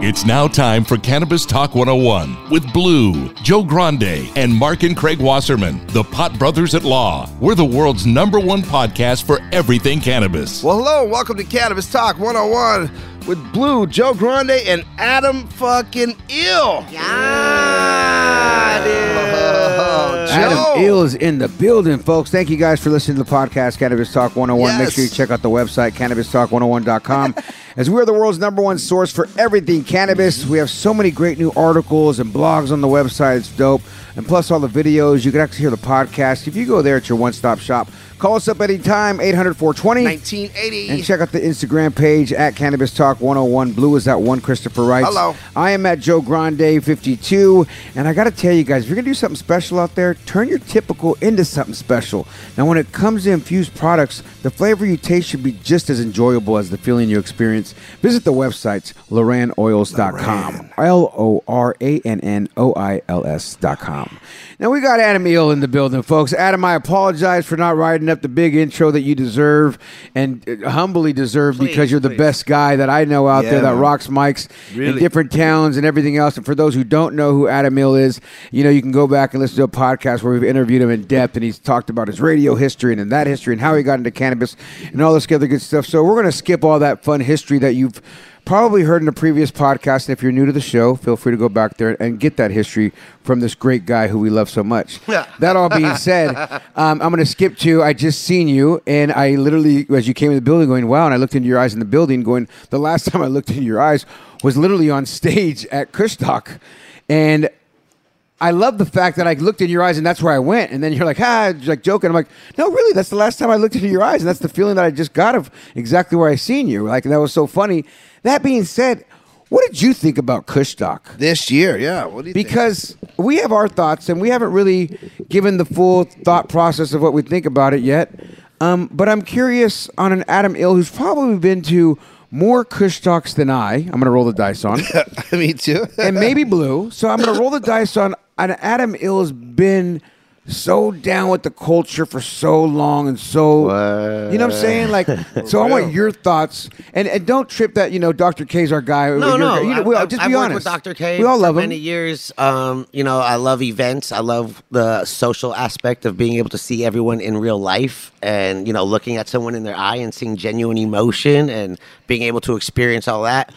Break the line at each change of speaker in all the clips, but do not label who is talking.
It's now time for Cannabis Talk 101 with Blue, Joe Grande, and Mark and Craig Wasserman, the Pot Brothers at Law. We're the world's number one podcast for everything cannabis.
Well, hello, welcome to Cannabis Talk 101 with Blue, Joe Grande, and Adam fucking Ill. Yeah, dude. Joe.
Adam Eels in the building, folks. Thank you guys for listening to the podcast, Cannabis Talk 101. Make
Yes.
sure you check out the website, cannabistalk101.com. As we are the world's number one source for everything cannabis, we have so many great new articles and blogs on the website. It's dope. And plus, all the videos. You can actually hear the podcast. If you go there, it's your one stop shop. Call us up anytime, 800 420.
1980.
And check out the Instagram page at Cannabis Talk 101. Blue is that one, Christopher Wright.
Hello.
I am at Joe Grande 52. And I got to tell you guys, if you're going to do something special out there, turn your typical into something special. Now, when it comes to infused products, the flavor you taste should be just as enjoyable as the feeling you experience. Visit the websites, loranoils.com. L O R A N N O I L S.com. Now, we got Adam Eel in the building, folks. Adam, I apologize for not writing up the big intro that you deserve and uh, humbly deserve because you're the best guy that I know out there
Yeah,
that
man.
rocks mics in
Really?
different towns and everything else. And for those who don't know who Adam Hill is, you know, you can go back and listen to a podcast where we've interviewed him in depth and he's talked about his radio history and then that history and how he got into cannabis and all this other good stuff. So we're going to skip all that fun history that you've probably heard in a previous podcast. And if you're new to the show, feel free to go back there and get that history from this great guy who we love so much. that all being said, um, I'm going to skip to I just seen you. And I literally, as you came in the building, going, wow. And I looked into your eyes in the building, going, the last time I looked into your eyes was literally on stage at Kush Talk. And I love the fact that I looked in your eyes and that's where I went. And then you're like, ah, like joking. I'm like, no, really, that's the last time I looked into your eyes. And that's the feeling that I just got of exactly where I seen you. Like, that was so funny. That being said, what did you think about Kush Talk?
This year, yeah. What do you think?
because we have our thoughts and we haven't really given the full thought process of what we think about it yet. Um, but I'm curious on an Adam Ill who's probably been to more Kush talks than I. I'm going to roll the dice on,
me too.
and maybe blue. So I'm going to roll the dice on an Adam Ill has been so down with the culture for so long and so you know what I'm saying like so I want your thoughts and, and don't trip that you know Dr. K's our guy
No,
your
no.
guy. You know,
I-
we all-
I've-
just
I've
be
worked
honest
with Dr. K.
we all
for
love him
Many years. Um, you know, I love events. I love the social aspect of being able to see everyone in real life, and you know, looking at someone in their eye and seeing genuine emotion, and being able to experience all that.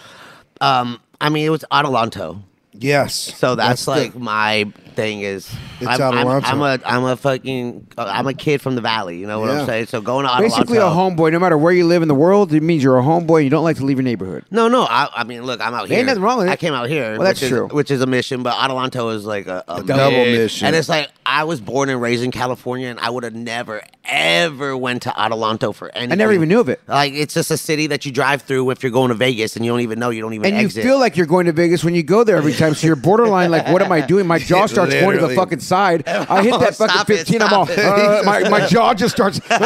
Um, I mean, it was Adelanto.
yes.
So that's,
the-
like my thing is.
It's
I'm, I'm,
Adelanto.
I'm a I'm a fucking uh, I'm a kid from the valley. You know what
Yeah.
I'm saying? So going to Adelanto.
Basically, a homeboy. No matter where you live in the world, it means you're a homeboy. and You don't like to leave your neighborhood.
No, no. I, I mean, look, I'm out here.
Ain't nothing wrong with it.
I came out here.
Well, that's
which is,
true.
Which is a mission, but Adelanto is like a, a
double mission.
And it's like I was born and raised in California, and I would have never, ever went to Adelanto for anything.
even knew of it.
Like it's just a city that you drive through if you're going to Vegas, and you don't even know. You don't even
And you
exit.
feel like you're going to Vegas when you go there every time. So you're borderline like, what am I doing? My jaw starts going to the
Literally.
fucking side. I hit that
Stop
fucking
it,
15. I'm
stop
all,
it.
uh, my, my jaw just starts. you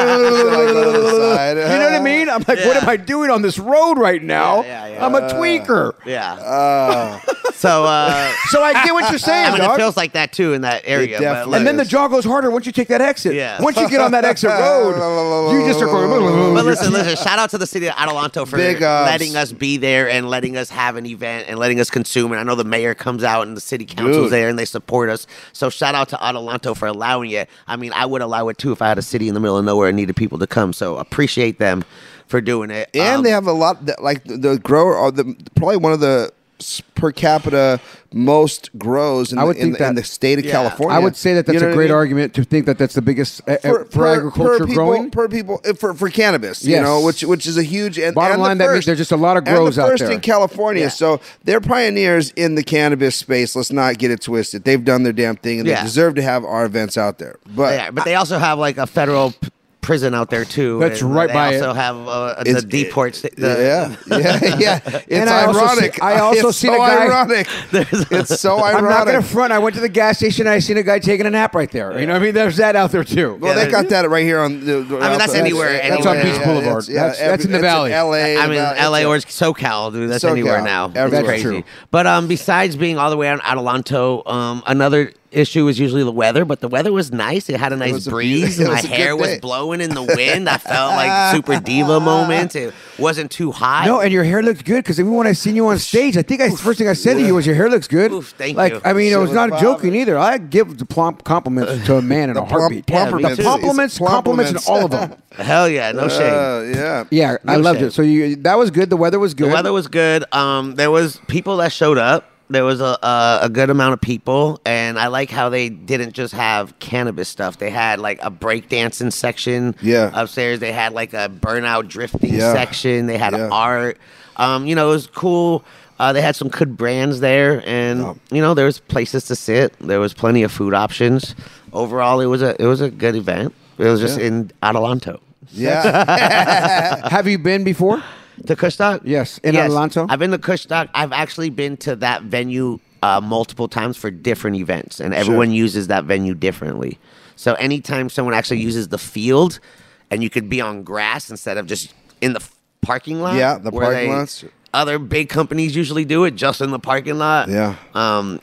side.
know what I mean? I'm like, what am I doing on this road right now?
Yeah, yeah, yeah.
I'm a tweaker.
yeah. so uh,
So I get what you're saying,
I mean,
dog.
it feels like that too in that area. But
definitely
like,
and then the jaw goes harder once you take that exit.
Yeah.
Once you get on that exit road, you just start going.
But listen, listen. Shout out to the city of Adelanto for
Big ups.
letting us be there and letting us have an event and letting us consume. And I know the mayor comes out and the city council's
Dude.
there and they support us. So shout out to Adelanto for allowing it. I mean, I would allow it too if I had a city in the middle of nowhere and needed people to come. So appreciate them for doing it.
and
Um,
they have a lot that, like the, the grower or the probably one of the s- per capita most grows in,
I would
the, in,
think
the- in
that-
the state of
Yeah.
California.
I would say that
Oh, You
that's
know
a
what I
great
mean?
argument to think that that's the biggest uh, uh, for, agriculture
people,
growing.
per people uh, for for cannabis. You
Yes.
know, which which is a huge and
Bottom
and
line,
the
that means
first,
there's just a lot of
and the
grows out
first
there.
in California. So they're pioneers in the cannabis space. Let's not get it twisted. They've done their damn thing, and they
Yeah.
deserve to have our events out there. But
yeah, but they also have like a federal p- prison out there too.
That's
and
right
They
by
also
it.
have uh, the
It's-
deports. The,
yeah, yeah, yeah. It's
And I also see-
ironic.
I also
it's
seen
so
a guy-
ironic. it's so ironic.
I'm not gonna front. I went to the gas station. I seen a guy taking a nap right there. You know, what I mean, there's that out there too.
Well,
Yeah,
they got that right here on. The, the
I mean, that's anywhere,
That's on Beach Boulevard. That's- that's in the valley.
L.A.
I mean,
about-
LA
it's-
or SoCal, dude. That's
SoCal,
anywhere now. It's
everywhere.
That's
crazy.
true.
But um, besides being all the way on Adelanto, um, another issue is usually the weather. But the weather was nice. It had a nice
was a
breeze.
beauty- it
My
was a good
hair was
day.
blowing in the wind. I felt like super diva moments. It wasn't too hot.
No, and your hair looked good because even when I seen you on stage, I think I, the first thing I said to you was your hair looks good.
Oof, thank
like,
you.
I mean, I
Shit
was
was
not
bothering.
joking either. I give the plump compliments to a man in a
plump-
heartbeat.
plumperments.
the compliments, compliments, and all of them.
hell yeah, no shade.
Uh, yeah.
Yeah, I
No
loved
shade.
it. So you, that was good. The weather was good.
The weather was good. Um, there was people that showed up. There was a, a a good amount of people, and I like how they didn't just have cannabis stuff. They had like a breakdancing section.
Yeah.
Upstairs, they had like a burnout drifting
Yeah.
section. They had
Yeah.
art. Um, you know, it was cool. Uh, they had some good brands there, and you know, there was places to sit. There was plenty of food options. Overall, it was a it was a good event. It was just in Adelanto.
Yeah.
Have you been before?
To Kushtok?
Yes, in Adelanto?
I've been to Kushtok. I've actually been to that venue uh, multiple times for different events, and everyone uses that venue differently. So anytime someone actually uses the field, and you could be on grass instead of just in the f- parking lot.
Yeah, the
where
parking
they-
lots.
Other big companies usually do it just in the parking lot.
Yeah.
Um,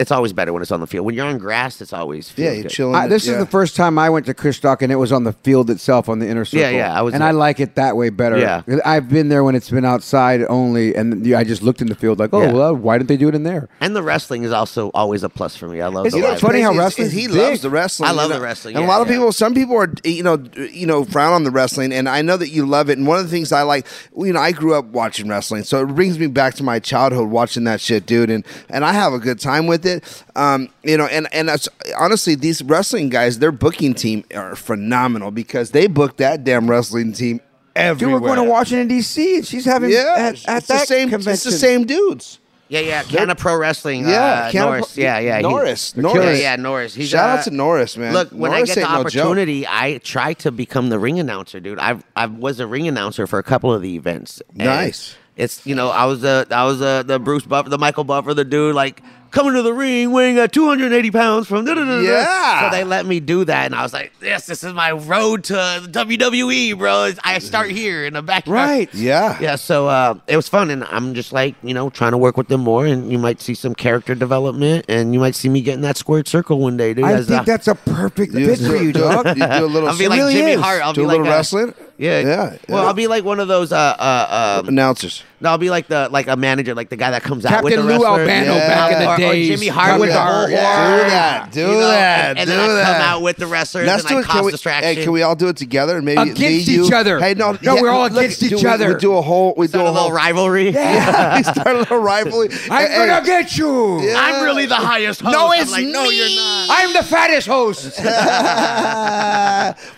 it's always better when it's on the field. When you're on grass, it's always
Yeah,
feels
you're
good.
chilling.
I, this
yeah.
is the first time I went to Kushtok, and it was on the field itself, on the inner circle.
yeah, I was
and
there.
I like it that way better.
Yeah.
I've been there when it's been outside only, and you- I just looked in the field like, oh,
Yeah.
well, why didn't they do it in there?
And the wrestling is also always a plus for me. I love
Isn't
the
that
live
funny how
It's- it's-
wrestling's
He
big.
loves the wrestling.
I love
you know?
the wrestling,
And a
yeah,
lot of
yeah.
people, some people are, you know, you know, frown on the wrestling. And I know that you love it. And one of the things I like, you know, I grew up watching wrestling, so it brings me back to my childhood watching that shit, dude. And and I have a good time with it. Um, you know, and and that's, honestly, these wrestling guys, their booking team are phenomenal because they book that damn wrestling team
Dude,
everywhere.
we're going to Washington D.C., and she's having
Yeah,
at, at
it's
that
the same.
convention.
It's the same dudes.
Yeah, yeah, Canna Pro Wrestling.
Yeah,
uh,
Canna Pro-
Norris. yeah, yeah, he-
Norris,
Yeah,
Norris.
Yeah, Norris. He's,
Shout out
uh,
to Norris, man.
Look, when
Norris
I get the
ain't no joke.
opportunity, I try to become the ring announcer, dude. I I was a ring announcer for a couple of the events. and
Nice.
It's you know I was the I was the, the Bruce Buffer, the Michael Buffer, the dude like coming to the ring weighing uh, at 280 pounds from da-da-da-da.
Yeah.
So they let me do that, and I was like, yes, this is my road to WWE, bro. I start here in the background.
Right.
Yeah.
Yeah, so uh, it was fun, and I'm just like you know trying to work with them more, and you might see some character development, and you might see me getting that squared circle one day, dude.
I
As, uh,
think that's a perfect
You
fit for
do-
you,
do-
dog.
You do a little.
I'll be like
really
Jimmy
is.
Hart. I'll
do
be
a little
like
wrestling.
Yeah,
yeah.
Well, I'll be like one of those. Uh, uh, um,
announcers.
no, I'll be like the like a manager, like the guy that comes out with the
Captain Lou
wrestler.
Albano
Yeah.
back in the
Or- or
days.
Jimmy Hart
Come
with the
here.
whole
Yeah. Do that. Do that.
and, and
Do
then I
that.
come out with the wrestlers and I cause
Can we,
distraction.
hey, can we all do it together? And maybe
Against
me,
each
you-
other.
Hey, no,
No, we're all
look,
against each
do we-
other.
We do a whole. We do
Start
a
a little
whole.
rivalry?
Yeah, we start a little rivalry.
I'm
Hey,
gonna get you.
Yeah.
I'm really the highest host.
No,
I'm
it's
like, no, you're
me.
not.
I'm the fattest host.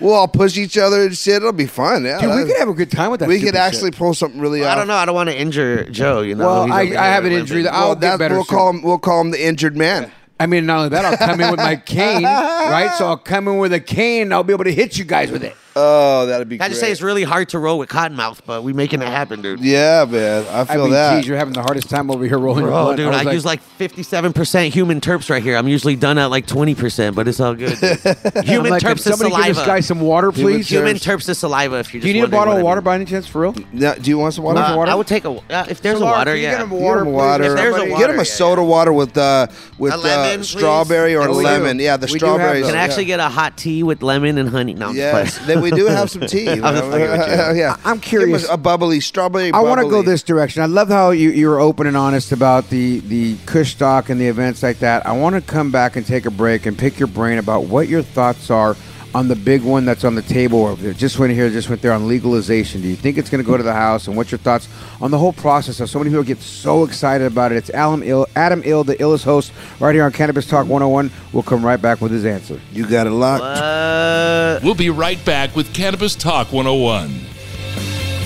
We'll all push each other and shit. It'll be fun. Yeah,
Dude, we
that-
could have a good time with that.
we
stupid
could
shit.
actually pull something really.
I
off.
don't know. I don't want to injure Joe. You know.
Well,
he's
I,
over here
I have an
limping.
injury. That I'll
Well,
get
that's
better.
we'll
soon.
call him. We'll call him the injured man.
I mean, not only that, I'll come in with my cane, right? So I'll come in with a cane. and I'll be able to hit you guys with it.
Oh, that'd be.
Can I just say
great.
it's really hard to roll with Cottonmouth, but we making it happen, dude.
Yeah, man. I
I
feel
mean,
that.
geez, you're having the hardest time over here rolling your
Bro,
blunt.
Oh, dude, I,
was
use like 57% human terps right here. I'm usually done at like 20%, but it's all good. dude.
I'm
human
like, "Can
terps is
Somebody give this guy
saliva.
some water, please.
Human terps is saliva. If you
Do you need a bottle of water by any chance, for real?
Now, do you want some water?
Uh,
Some water?
I would take a uh, if there's
Some
a water.
Can you
Yeah,
Get him water.
Get him
please,
water.
If there's a
somebody?
Get
water,
him
yeah,
a soda water with uh, with
A lemon,
uh,
please.
strawberry or
Yeah, we do.
lemon. Yeah, the
We do have
strawberries.
those.
Can I
yeah.
actually get a hot tea with lemon and honey? No, I'm just
Yes,
playing.
then we do have some tea. you
I'm just
know?
fucking with you.
yeah,
I'm
Give
curious.
us a bubbly strawberry.
I want to go
bubbly.
this direction. I love how you, you were open and honest about the the Kush Doc and the events like that. I want to come back and take a break and pick your brain about what your thoughts are on the big one that's on the table over there. Just went here, just went there on legalization. Do you think it's going to go to the House? And what's your thoughts on the whole process? Of so many people get so excited about it. It's Adam Ill, Adam Ill, the illest host, right here on Cannabis Talk 101. We'll come right back with his answer.
You got it locked.
Uh,
We'll be right back with Cannabis Talk 101.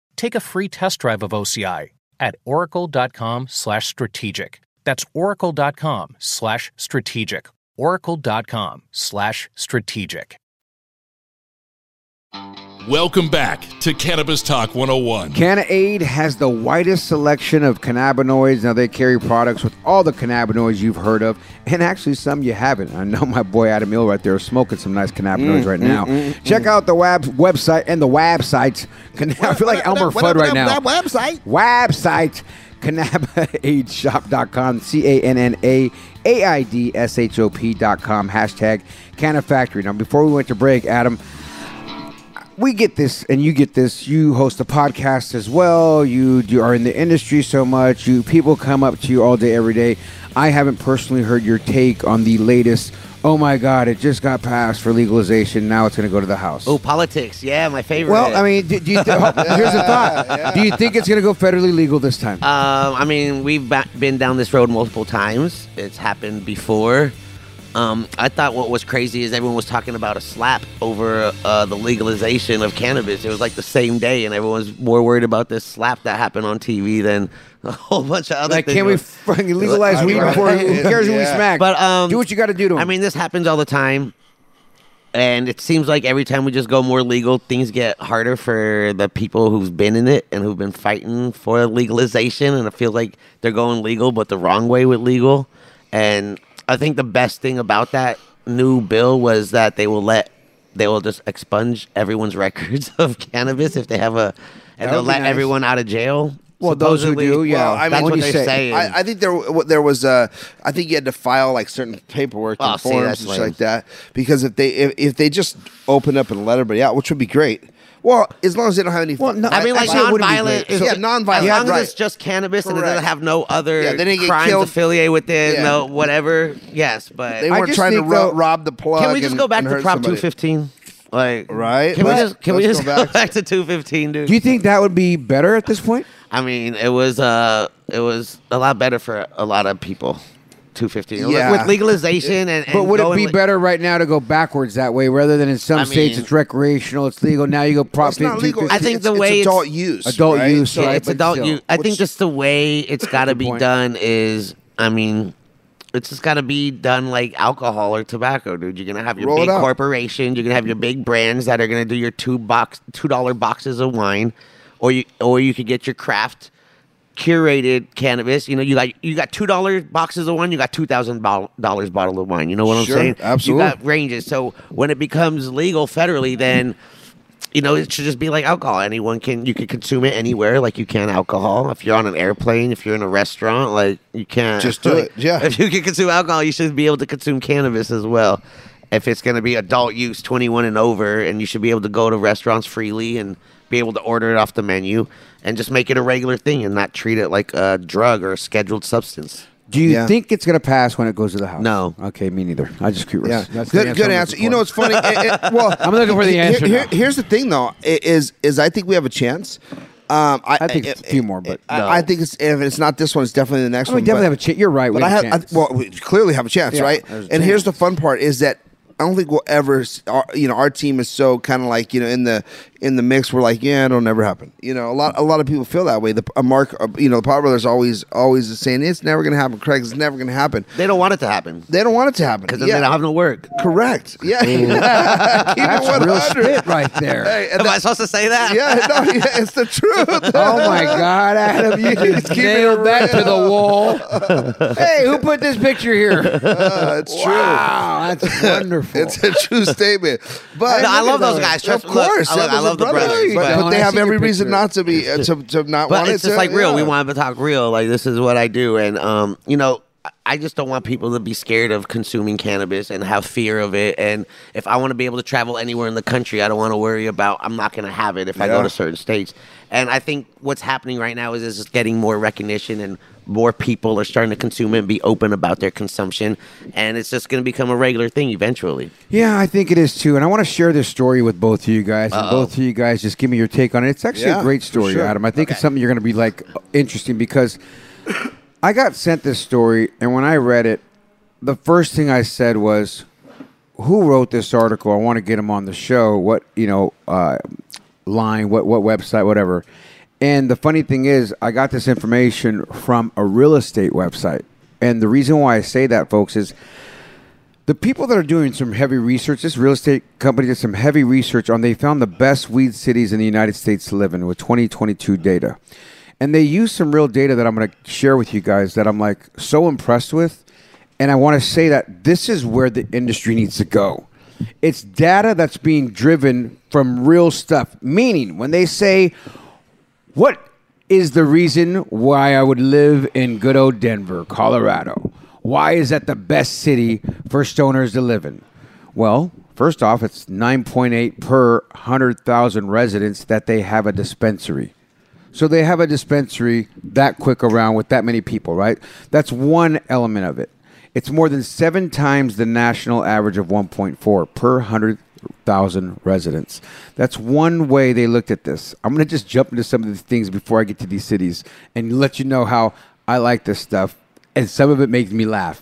take a free test drive of OCI at oracle.com slash strategic. That's oracle.com slash strategic. Oracle.com slash strategic.
Welcome back to Cannabis Talk 101.
CanAid has the widest selection of cannabinoids. Now they carry products with all the cannabinoids you've heard of, and actually some you haven't. I know my boy Adam Hill right there is smoking some nice cannabinoids right now. Check out the web website and the websites. Can- I feel like Elmer Fudd right now.
That website.
website cannabaidsshop.com c-a-n-n-a-a-i-d-s-h-o-p.com hashtag canna factory now before we went to break adam we get this and you get this you host a podcast as well you, you are in the industry so much you people come up to you all day every day i haven't personally heard your take on the latest oh my god it just got passed for legalization now it's going to go to the house
oh, politics. Yeah, my favorite.
well i mean do, do you th- here's a thought do you think it's going to go federally legal this time
Um, I mean, we've ba- been down this road multiple times. It's happened before. Um, I thought what was crazy is everyone was talking about a slap over uh, the legalization of cannabis. It was like the same day, and everyone's more worried about this slap that happened on TV than a whole bunch of other
Like,
things.
can we fucking legalize weed before who cares who we
Yeah.
smack?
But, um,
do what you got to do to 'em.
I mean, this happens all the time. And it seems like every time we just go more legal, things get harder for the people who've been in it and who've been fighting for legalization. And I feel like they're going legal, but the wrong way with legal. And I think the best thing about that new bill was that they will let, they will just expunge everyone's records of cannabis if they have a, and
That
they'll
would be
let
nice.
everyone out of jail.
Well, those who
supposedly.
do, yeah. Well, I
that's
mean,
what
what do
they're
you say?
saying.
I, I think there w- there was uh, I think you had to file like certain paperwork
Oh,
and
see,
forms
that's
and shit
lame.
like that because if they if, if they just open up and let everybody out, which would be great. Well, as long as they don't have any.
Well, no,
I mean, like
Actually, it wouldn't be
nonviolent.
great.
Is,
So- Yeah, nonviolent,
As long
right.
as it's just cannabis and it
Correct.
doesn't have no other
Yeah, they didn't get
crimes
killed.
affiliated with it.
Yeah.
No, whatever. Yes, but
They
I
weren't
just
trying to
think,
ro-
though-
rob the plug.
can we just
and-
go back
and
to
hurt
Prop
somebody.
215? Like,
Right?
Can
Let's-
we just can we
let's
just
go
go
back
back,
to-
to 215, dude?
do you think that would be better at this point?
I mean, it was uh, it was a lot better for a lot of people. 215
Yeah.
with legalization and,
But
and
would it
going
be
le-
better right now to go backwards that way rather than in some
I
states
mean-
it's recreational, it's legal. Now you go prop
It's not
15,
legal.
15.
I think
it's,
the
it's
way it's-
adult use,
Adult
right?
use,
Yeah,
right,
it's
but
adult
still,
use. I
what's-
think just the way it's got to be
point.
done is, I mean, it's just got to be done like alcohol or tobacco, dude. You're gonna have your
Roll it
big
out.
corporations, you're gonna have your big brands that are gonna do your two box, two dollar boxes of wine, or you, or you could get your craft curated cannabis. You know, you got you got two dollar boxes of wine, you got two thousand dollars bottle of wine. You know what I'm
Sure,
saying?
absolutely.
You got ranges. So when it becomes legal federally, then you know, it should just be like alcohol. Anyone can you can consume it anywhere, like you can alcohol. If you're on an airplane, if you're in a restaurant, like you can't
Just do
like,
it, yeah.
If you can consume alcohol, you should be able to consume cannabis as well. if it's going to be adult use 21 and over and you should be able to go to restaurants freely and be able to order it off the menu and just make it a regular thing and not treat it like a drug or a scheduled substance
Do you
Yeah.
think it's going to pass when it goes to the House?
No.
Okay, me neither. I just curious.
Yeah,
That's the
good, good
I'm
answer.
looking
You know,
for.
it's funny. It- it- well,
I'm looking for the
here-
answer
here-
now.
here's the thing, though, i- is is I think we have a chance. Um, I,
I think it's a few more, but-
I,
No.
I think it's, if it's not this one, it's definitely the next
Oh, we
one.
definitely
but-
have a chance. You're right, we
But I
have
have,
a chance.
I, well, we clearly have a chance,
Yeah,
right?
there's a
And here's
chance.
the fun part is that. I don't think we'll ever, s- our, you know, our team is so kind of like you know in the in the mix. We're like, yeah, it'll never happen. You know, a lot a lot of people feel that way. The uh, Mark, uh, you know, the Pot Brothers always always is saying it's never going to happen. Craig, it's never going to happen.
they don't want it to happen
They don't want it to happen
because then
yeah.
they don't have no work
Correct. Yeah. Keep it
That's a real
100.
spit right there.
Hey, and
am i
that-
supposed to say that
yeah, no, yeah, it's the truth.
Oh my God, Adam! You just
Keep it
nailed that to the
real.
wall. hey, who put this picture here?
Uh, it's
Wow, that's wonderful.
true. It's a true statement. But
No, I love those guys.
Of
Trust me. Look,
course,
I love-
yeah,
I love
those
the
are
brothers,
But,
but-
but they
When I
have
see your
every reason
picture-
not to be uh, to, to not
but
want
it's
it
just
to, uh,
like real. We
yeah.
want to talk real. Like this is what I do, and um, you know, I- I just don't want people to be scared of consuming cannabis and have fear of it. And if I want to be able to travel anywhere in the country, I don't want to worry about I'm not going to have it if I go
Yeah.
to certain states. And I think what's happening right now is it's getting more recognition and more people are starting to consume it and be open about their consumption. And it's just going to become a regular thing eventually.
Yeah, I think it is too. And I want to share this story with both of you guys. And both of you guys just give me your take on it. It's actually a
Yeah,
great
for
story,
sure.
Adam. I think it's something you're going to be like interesting because I got sent this story. And when I read it, the first thing I said was, Who wrote this article? I want to get him on the show. What, you know, uh, line, what, what website, whatever. And the funny thing is, I got this information from a real estate website. And the reason why I say that, folks, is the people that are doing some heavy research, this real estate company did some heavy research on they found the best weed cities in the United States to live in with 2022 data. And they used some real data that I'm going to share with you guys that I'm like so impressed with. And I want to say that this is where the industry needs to go. It's data that's being driven from real stuff, meaning when they say, what is the reason why I would live in good old Denver, Colorado? Why is that the best city for stoners to live in? Well, first off, it's 9.8 per 100,000 residents that they have a dispensary. So they have a dispensary that quick around with that many people, right? That's one element of it. It's more than seven times the national average of 1.4 per 100,000 residents. That's one way they looked at this. I'm going to just jump into some of these things before I get to these cities and let you know how I like this stuff. And some of it makes me laugh.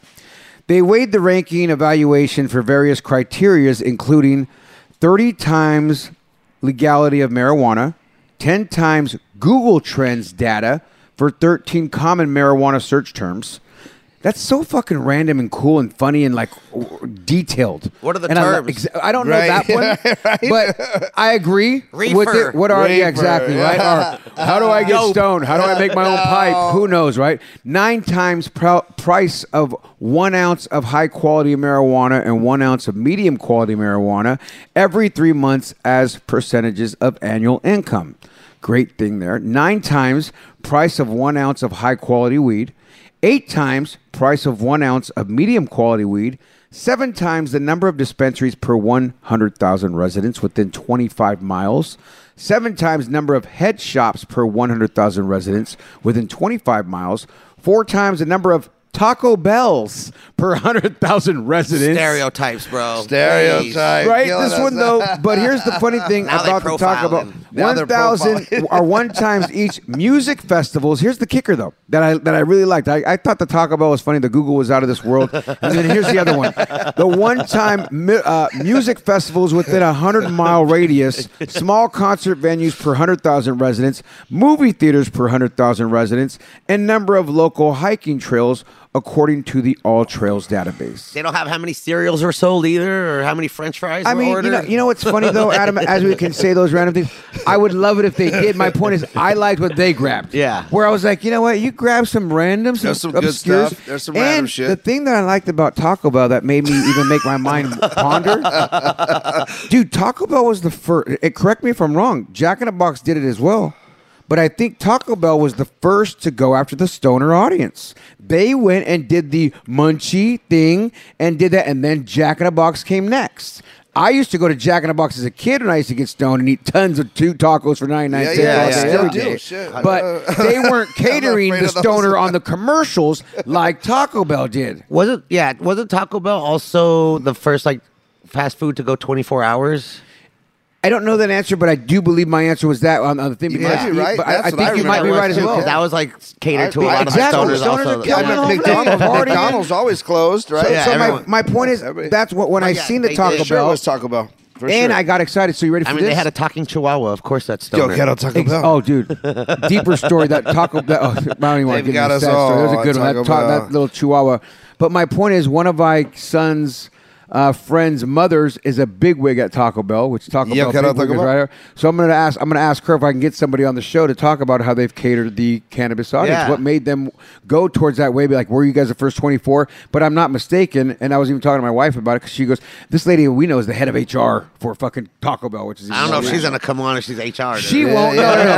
They weighed the ranking evaluation for various criterias, including 30 times legality of marijuana, 10 times Google Trends data for 13 common marijuana search terms. That's so fucking random and cool and funny and like w- detailed.
What are the
And I li-
terms?
exa- I don't
Right.
know that one, but I agree with
Reefer.
it. What are yeah,
Reefer,
exactly
yeah.
right? Or how do I get
Dope.
stoned? How do I make my own pipe? Who knows, right? Nine times prou- price of one ounce of high quality marijuana and one ounce of medium quality marijuana every three months as percentages of annual income. Great thing there. Nine times price of one ounce of high quality weed. Eight times price of one ounce of medium quality weed. Seven times the number of dispensaries per 100,000 residents within 25 miles seven times number of head shops per 100,000 residents within 25 miles, four times the number of Taco Bells per 100,000 residents.
Stereotypes, bro.
stereotype.
Right,
killing
this
us.
one though. But here's the funny thing
Now they
about the talk
profile
about
him.
Now they're
one thousand or one times each music festivals. Here's the kicker though that I that I really liked. I, I thought the Taco Bell was funny. The Google was out of this world. And then here's the other one: the one time mu- uh, music festivals within a hundred mile radius, small concert venues per hundred thousand residents, movie theaters per hundred thousand residents, and number of local hiking trails according to the All Trails database.
They don't have how many cereals were sold either, or how many French fries.
I
were
mean, you know,
ordered.
you know what's funny though, Adam. As we can say those random things, I would love it if they did. My point is, I liked what they grabbed.
Yeah.
Where I was like, you know what, you grab some random, some,
There's some good
obscure-
stuff. There's some
and
random shit.
The thing that I liked about Taco Bell that made me even make my mind ponder, dude. Taco Bell was the first. Correct me if I'm wrong. Jack in the Box did it as well. But I think Taco Bell was the first to go after the stoner audience. They went and did the munchie thing and did that, and then Jack in the Box came next. I used to go to Jack in the Box as a kid when I used to get stoned and eat tons of two tacos for 99
Yeah,
cents.
yeah,
all
yeah,
day,
still
every
do,
day.
shit.
But they weren't catering
afraid
the
of those.
stoner on the commercials like Taco Bell did.
Wasn't yeah? Wasn't Taco Bell also the first like fast food to go twenty four hours?
I don't know that answer, but I do believe my answer was that on, on the thing.
You
because
might be
I-
right.
But I, I
That's what
think
I
you might be
remember
right as
too,
well.
'cause
That was like catered to a
I-
lot
exactly.
of stoners.
Stoners
also.
are
I
killing
Yeah.
mean,
them. Everyone over
McDonald's,
there.
McDonald's always closed, right?
So,
Yeah,
so my,
everyone-
my point is that's what when I
yeah,
seen the
they
Taco
did.
Bell
Sure
sure it was Taco Bell. For
and
sure.
I got excited. So you ready for
I mean,
this?
they had a talking chihuahua. Of course, that's
Yo,
stoner.
get on Taco
Ex-
Bell.
Oh, dude, deeper story that Taco Bell. Oh, I don't even want
They've
to get
got
into
us
that story. That was a
all
good one.
Taco
That, ta-
Bell.
that little Chihuahua. But my point is, one of my son's uh, friends' mothers is a bigwig at Taco Bell, which Taco
Yeah,
Bell
can I
bigwig
talk
is
about-
right here. So I'm gonna ask. I'm gonna ask her if I can get somebody on the show to talk about how they've catered the cannabis audience.
Yeah.
What made them go towards that way? Be like, were you guys the first 24? But I'm not mistaken, and I was even talking to my wife about it because she goes, "This lady we know is the head of HR for fucking Taco Bell, which is
I don't know if
even-
she's gonna come on or she's HR.
she won't. No, no, no.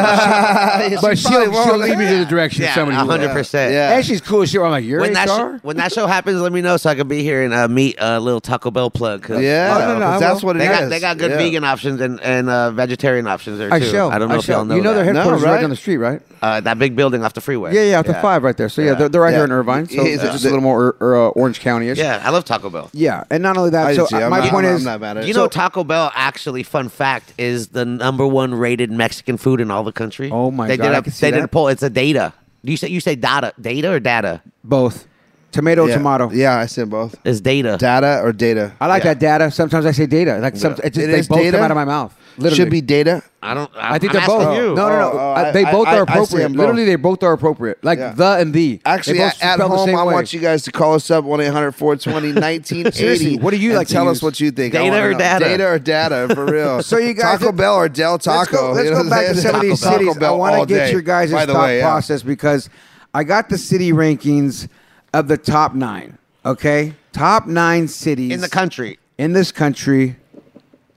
She- but
she
she'll,
probably
she'll
won't.
lead me to the direction of
Yeah,
somebody. who will.
hundred percent.
Yeah.
And she's cool as shit. I'm like, you're
When
HR?
that, sh- when that show happens, let me know so I can be here and uh, meet a uh, little Taco Bell plug. 'cause,
yeah,
Oh, no, no, no, I
'cause that's
will.
what it
they
is.
got they got good
Yeah.
vegan options and and uh, vegetarian options there too.
I shall.
I don't know
I
if y'all
shall.
know.
You know
that.
their headquarters is
No,
right
right?
down the street, right?
uh, that big building off the freeway.
Yeah, yeah, off the five right there. So yeah, They're, they're right
Yeah.
here in Irvine. So
Yeah.
it's just a little more or, uh, Orange County ish.
Yeah, I love Taco Bell.
Yeah, and not only
I
that. So
see. I'm
my
not-
point
I'm
is,
not mad at it.
You know, Taco Bell actually, fun fact, is the number one rated Mexican food in all the country.
Oh my
they
God,
Did a,
I can see
they did a
that.
poll. It's a data. Do you say you say data, data or data?
both tomato,
yeah.
tomato.
Yeah, I said both.
It's data.
Data or data?
I like
Yeah.
that data. Sometimes I say data. Like some, it just,
It
they
is
both
data?
come out of my mouth. Literally.
Should be data.
I don't. I'm,
I think
I'm
they're both.
asking You.
No, no, no.
Oh, oh,
Uh,
I-
they
I-
both
I- I
are
see
appropriate.
them both.
Literally, they both are appropriate. Like
Yeah.
the and the. They
Actually,
both
at, at
spell the
home,
same
I
way.
want you guys to call us up 1 800 420 1980.
Seriously, what do you
and
like to
Tell us
use?
what you think. I
Data
wanna
or
know.
data?
Data or data, for real.
So you guys-
Taco Bell or Del Taco.
Let's go, let's
you know
go
what
back
I'm
to
saying?
some of these
Taco
cities. I
Bell
want
all
to get
day,
your guys'
by
thought
the way, uh, yeah.
process because I got the city rankings of the top nine. Okay, top nine cities
In the country.
in this country,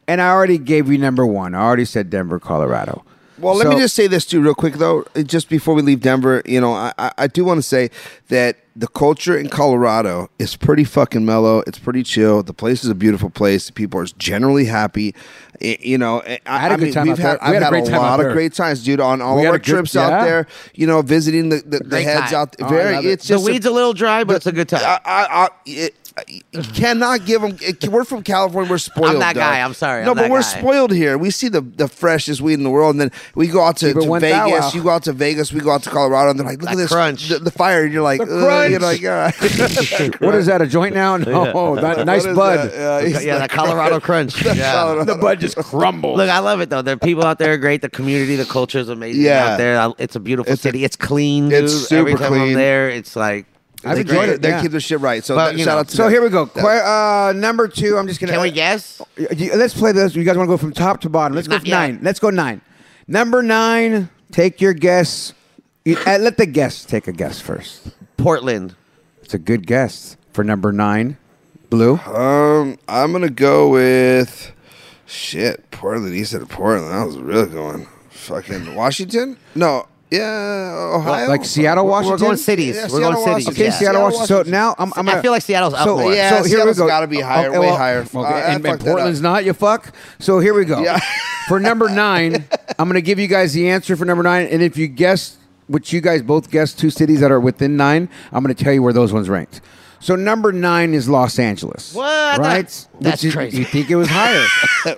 and I already gave you number one. I already said Denver, Colorado.
Well, let me
So-
just say this too, real quick though. uh, Just before we leave Denver, you know, I, I, I do want to say that the culture in Colorado is pretty fucking mellow. It's pretty chill. The place is a beautiful place. The people are generally happy. I- you know, I, I
had a good
mean,
time
we've
out
had,
there. We
I've
had a
had a,
great time out
lot of
there.
great times, dude, on all
We
of
had
our
a good-
trips
yeah.
out there. You know, visiting the the, the
Great
heads
time.
out. th-
Oh, I
Very,
love it.
it's
The
just a-
weed's a, little dry, but it's a good time.
uh,
I, I, I, it, I- you cannot give them. we're from California. We're spoiled.
that
dog.
guy, I'm sorry,
No,
I'm
but
that
we're
guy.
spoiled here. We see the, the freshest weed in the world, and then we go out to,
Keep it
to
one thou wow.
Vegas. You go out to Vegas. We go out to Colorado, and they're like, "Look
That
at this
crunch.
The, the fire." And you're like,
The
"Ugh," "You're
crunch.
like, all right."
What is that? A joint now? No, that, nice
What is
bud.
that? Yeah, he's
yeah,
like-
that Colorado Crunch. yeah.
Colorado.
The bud just crumbled.
Look, I love it though. The people out there are great. The community, the culture is amazing
Yeah.
out there. I, it's a beautiful
It's a-
city. it's clean.
it's
dude.
super
Every time I'm
clean.
there, it's like
I've
They
enjoyed
keep-
it,
They
yeah.
keep the shit right. So
But,
that-
you
shout
know.
out to.
So
them.
here we go. Que- uh, number two. I'm just gonna.
Can we guess?
Y- y- Let's play this. You guys want to go from top to bottom? Let's go
Not
from
yet.
nine. Let's go nine. Number nine. Take your guess. You- uh, let the guest take a guess first.
Portland.
It's a good guess for number nine. Blue.
Um, I'm gonna go with shit. Portland. He said Portland. That was a real good one. Fucking Washington. No. Yeah, Ohio.
Like Seattle,
We're- we're
Washington?
going cities. We're going cities.
Okay,
Yeah.
Seattle, Washington. So now I'm. I'm
I
gonna-
feel like Seattle's up
so,
more.
Yeah,
so here we
Seattle's
go.
gotta be higher, way higher.
Okay,
I- I
and, and
fucked that
Portland's
up.
not. You fuck. So here we go.
Yeah.
for number nine, I'm going to give you guys the answer for number nine, and if you guess, which you guys both guessed, two cities that are within nine, I'm going to tell you where those ones ranked. So number nine is Los Angeles.
What?
Right? Which
That's
you-
crazy.
You think it was higher?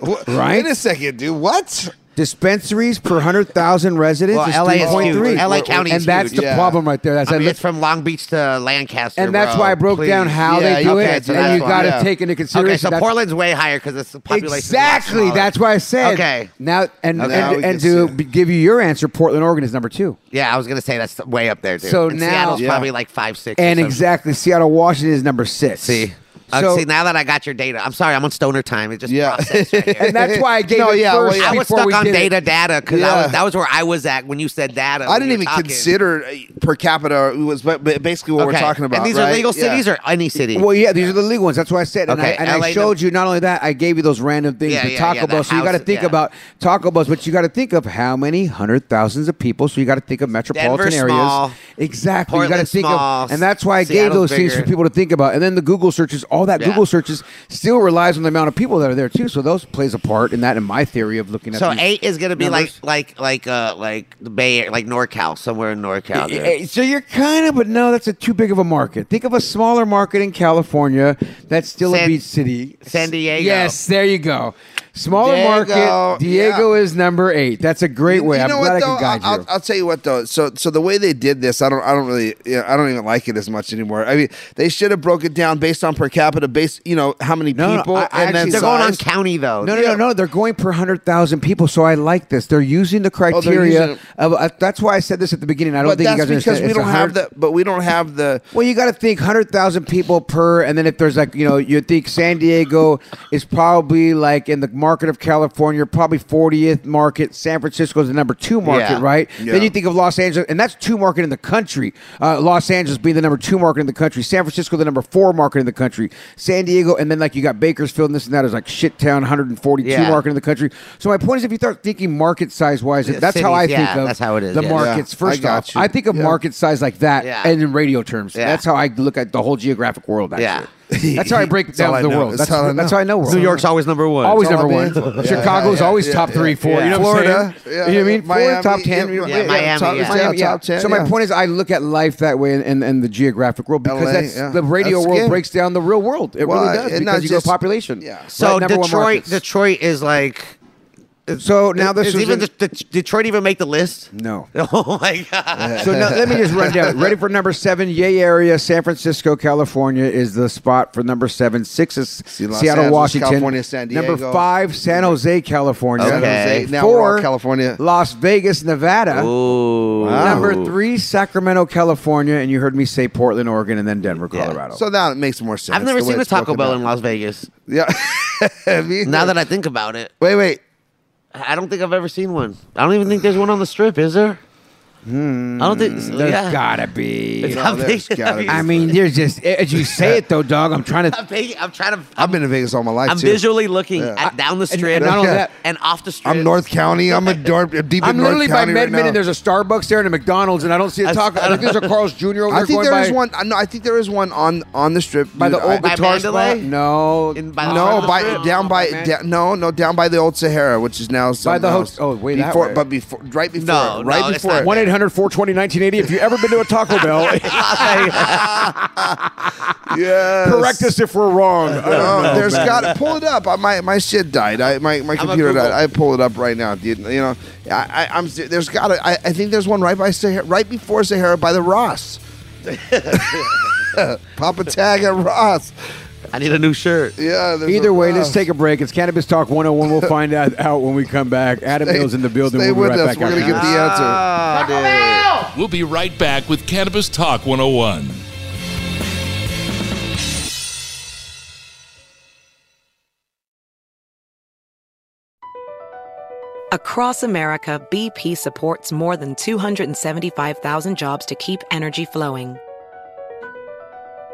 Wh-
Right?
Wait a second, dude. What?
Dispensaries per hundred thousand residents
Well,
is
LA is huge.
3.3.
LA County
and
is
that's
huge.
the
Yeah.
problem right there. That's
I mean,
that-
it's from Long Beach to Lancaster,
and that's
bro.
why I broke
Please.
down how
Yeah,
they do
okay,
it,
so
and
that's
you
why.
got to
Yeah.
take into consideration.
Okay, so
that's-
Portland's way higher because it's the population. is a lot
Exactly.
smaller.
That's why I said.
Okay.
Now and
Okay. Now
and,
we can
and to
see it.
b- give you your answer, Portland, Oregon is number two,
Yeah, I was gonna say that's way up there, dude.
So
And
now-
Seattle's
Yeah.
probably like five, six, or
and
something.
exactly Seattle, Washington is number six.
See. Uh,
So-
see, now that I got your data, I'm sorry, I'm on stoner time. It just
Yeah.
processed right here.
and that's why I gave
No,
it
yeah, well,
first.
yeah.
I was
before
stuck
we
on
did it.
data, data, because
Yeah.
was, that was where I was at when you said data.
I
when
didn't
you were
even
talking.
consider uh, per capita was but but basically what we're
Okay.
talking about.
And these are
right?
legal
Yeah.
cities or any city?
Well, yeah, these are the legal ones. That's what I said. And,
Okay,
I, and
LA
I showed you not only that, I gave you those random things,
Yeah,
the
yeah,
Taco
yeah,
Bell.
the
So you got to
house-
think
yeah.
about Taco Bells, but you got to think of how many hundred thousands of people. So you got to think of metropolitan
Denver
areas.
small.
exactly. you got
Portland
to think
small.
of, and that's why I gave
Seattle's
those things for
bigger.
people to think about. And then the Google searches, all that
Yeah.
Google searches still relies on the amount of people that are there too. So those plays a part in that, in my theory of looking at.
So
these
eight is gonna be
numbers.
like like like uh like the Bay Area, like NorCal, somewhere in NorCal. there.
Eh, So you're kind of, but no, that's a too big of a market. Think of a smaller market in California that's still a
San-
beach city.
San Diego.
Yes, there you go. Smaller
Diego,
market. Diego is number eight. That's a great way.
You
I'm
know
glad
what
I
though?
can guide
I'll,
you.
I'll, I'll tell you what though. So so the way they did this, I don't I don't really yeah, I don't even like it as much anymore. I mean, they should have broke it down based on per capita, based you know how many
No, no,
people,
I- I
and then
actually-
They're going on
size.
county though.
no, no, no, no. They're going per hundred thousand people, so I like this. They're using the
Oh, they're
criteria.
using-
of, uh, that's why I said this at the beginning. I don't
But
think you
that's
guys
because
understand.
we
It's
don't have
100
the. But we don't have the.
Well, you got to think 100,000 people per, and then if there's like, you know, you think San Diego is probably like in the market of California, probably 40th market. San Francisco is the number two market,
Yeah.
right?
Yeah.
Then you think of Los Angeles, and that's two market in the country. Uh, Los Angeles being the number two market in the country, San Francisco the number four market in the country, San Diego, and then like you got Bakersfield and this and that is like shit town, 142
Yeah.
market in the country. So my point is, if you start thinking market size wise,
Yeah,
that's how I
cities, yeah,
think of
that's how it is,
the
yeah.
markets.
Yeah,
First
I got
off,
you.
I think of
Yeah.
market size like that,
Yeah.
and in radio terms,
Yeah.
that's how I look at the whole geographic world. Actually, that's how I break
That's all I
down the
know.
world.
That's
That's,
all I
that's
know.
how I know world.
New York's always number one.
always
That's
number
all
one.
I've been. Yeah,
Chicago's
yeah,
always
yeah,
top
yeah,
three, four.
yeah.
You know what
Florida,
I'm saying?
yeah,
you know what I mean?
yeah, Miami,
Florida, top ten.
yeah,
yeah, Miami,
top-
yeah.
yeah,
Miami, yeah.
top 10,
So my
yeah.
point is, I look at life that way, and, and, and the geographic world because
LA,
that's
yeah.
the radio
That's
world
good.
breaks down the real world. It
Well,
really does
and not
because you
just-
go population.
yeah.
So
Right, number one
Detroit,
markets.
Detroit is like.
So now this
is
was
even
in-
the, the- Detroit even make the list?
No.
Oh my god.
So now, let me just run down. Ready for number seven? Yay area, San Francisco, California is the spot for number seven. Six is
See, Los
Seattle,
Angeles,
Washington.
California, San Diego.
Number five, San Jose, California.
San Okay.
Jose. Now
Four,
we're all California.
Las Vegas, Nevada.
Ooh.
Number three, Sacramento, California, and you heard me say Portland, Oregon, and then Denver, Colorado.
So now it makes more sense.
I've never
the way
seen a
it's
Taco
broken
Bell
down.
in Las Vegas.
Yeah. Me
Now
either.
that I think about it,
wait, wait.
I don't think I've ever seen one. I don't even think there's one on the strip, is there? I don't think.
Hmm. there's
yeah.
gotta be.
I'm
there's
thinking-
gotta be.
I mean, there's just as you say it though, dog. I'm trying to
I'm, thinking- I'm trying to.
I've been to Vegas all my life.
I'm
too.
visually looking at, down the
and-
strip,
and not only
Yeah.
that-
and off the strip.
I'm North County. I'm a dorm, I'm deep in
I'm
North
literally
County
by
right
Medmen,
now.
and there's a Starbucks there and a McDonald's, and I don't see a taco. I think there's a Carl's Jr. over
I think
going
there is
by-
one. I know. I think there is one on on the strip
by
dude.
the old
I-
By
guitar
Mandalay?
spot. No,
In- by the
no,
front of
by
strip?
down by da- no, no, down by the old Sahara, which is now something
the ho-
else.
oh, way that
before,
way.
but before, right before,
No,
it, right
no, it's
before.
not
it.
one 800 420 1980 If you ever been to a Taco Bell,
Yes.
correct us if we're wrong.
No, there's got to pull it up. I, my my shit died. I my, my computer
Google.
died. I pull it up right now, dude. You know, I, I I'm se- there's got to. I, I think there's one right by Sahara, right before Sahara by the Ross. Papa Tag at Ross.
I need a new shirt.
Yeah. there's
Either
a
way,
Ross.
let's take a break. It's Cannabis Talk 101. We'll find out, out when we come back. Adam Mills in the building.
Stay
we'll
with
be right
us.
back
We're
after
gonna get
this.
the answer.
Ah,
We'll be right back with Cannabis Talk 101.
Across America, BP supports more than 275,000 jobs to keep energy flowing.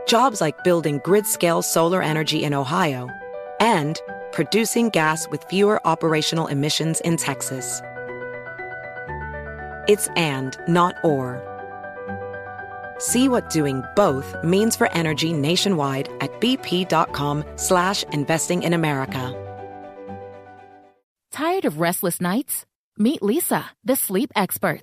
Jobs like building grid scale solar energy in Ohio and producing gas with fewer operational emissions in Texas. It's and, not or. See what doing both means for energy nationwide at bp.com slash investing in America.
Tired of restless nights? Meet Lisa, the sleep experts.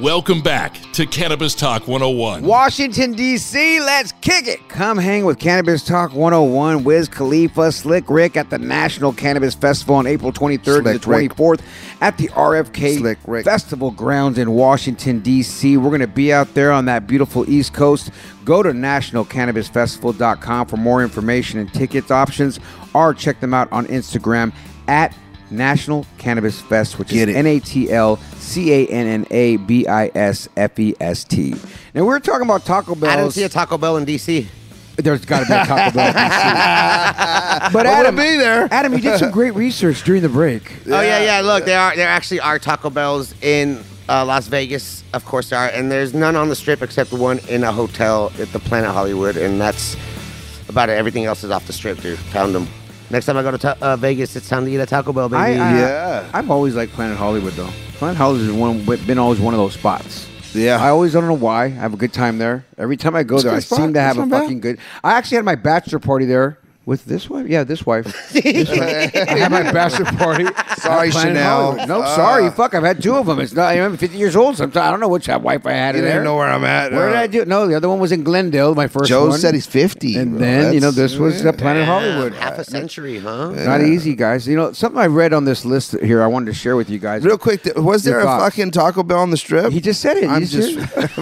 Welcome back to Cannabis Talk 101.
Washington, D.C., let's kick it. Come hang with Cannabis Talk 101, Wiz Khalifa, Slick Rick at the National Cannabis Festival on April 23rd to the
Slick Rick.
24th at the RFK
Slick Rick.
Festival grounds in Washington, D.C. We're going to be out there on that beautiful East Coast. Go to nationalcannabisfestival.com for more information and tickets options, or check them out on Instagram at National Cannabis Fest, which
Get
is
it.
N A T L C A N N A B I S F E S T. Now we we're talking about Taco Bell.
I didn't see a Taco Bell in DC.
There's got to be a Taco Bell. in DC. but
I
Adam,
want to be there.
Adam, you did some great research during the break.
Oh yeah, yeah. Look, there are there actually are Taco Bells in uh, Las Vegas. Of course there are, and there's none on the Strip except one in a hotel at the Planet Hollywood, and that's about it. Everything else is off the Strip, dude. Found them. Next time I go to ta- uh, Vegas, it's time to eat a Taco Bell,
I, I,
baby.
Yeah.
I've always liked Planet Hollywood though. Planet Hollywood has one, been always one of those spots.
Yeah.
I always don't know why. I have a good time there. Every time I go
It's a
there,
good
I
spot.
seem to have
It's
a
not bad.
fucking good. I actually had my bachelor party there with this wife. Yeah, this wife. This wife. I had my bachelor party.
Sorry,
at Planet
Chanel.
Hollywood. No,
Ah.
sorry. Fuck, I've had two of them. It's not. I'm 50 years old. Sometimes I don't know which wife I had
You don't
in there.
even know where I'm at.
Where did I do? No, the other one was in Glendale. My first.
Joe
one.
said he's 50.
And
bro.
then you know
That's-
this was the Planet Hollywood.
Hollywood. Half a century, huh?
Not easy, guys. You know something I read on this list here. I wanted to share with you guys
Real quick, th- was
Your
there a
thoughts.
fucking Taco Bell on the strip?
He just said it. You
I'm
just
just.
heard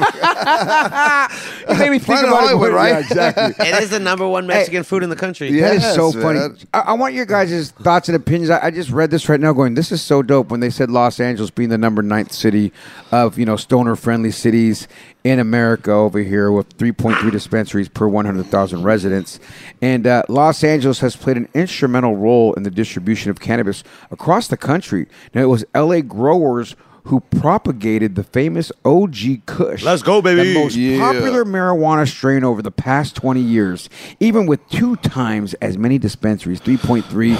it made me think
Planet
about
Hollywood,
it.
right?
Yeah, exactly.
it is the number one Mexican food in the country.
Yeah.
That is so
Yes,
funny.
man.
I, I want your guys' thoughts and opinions. I, I just read this right now, going, "This is so dope." When they said Los Angeles being the number ninth city of you know stoner-friendly cities in America over here, with 3.3 dispensaries per 100,000 residents, and uh, Los Angeles has played an instrumental role in the distribution of cannabis across the country. Now it was L.A. growers. Who propagated the famous OG Kush?
Let's go, baby.
The most
Yeah.
popular marijuana strain over the past 20 years, even with two times as many dispensaries, 3.3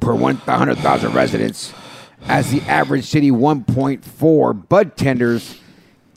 per 100,000 residents, as the average city, 1.4 bud tenders,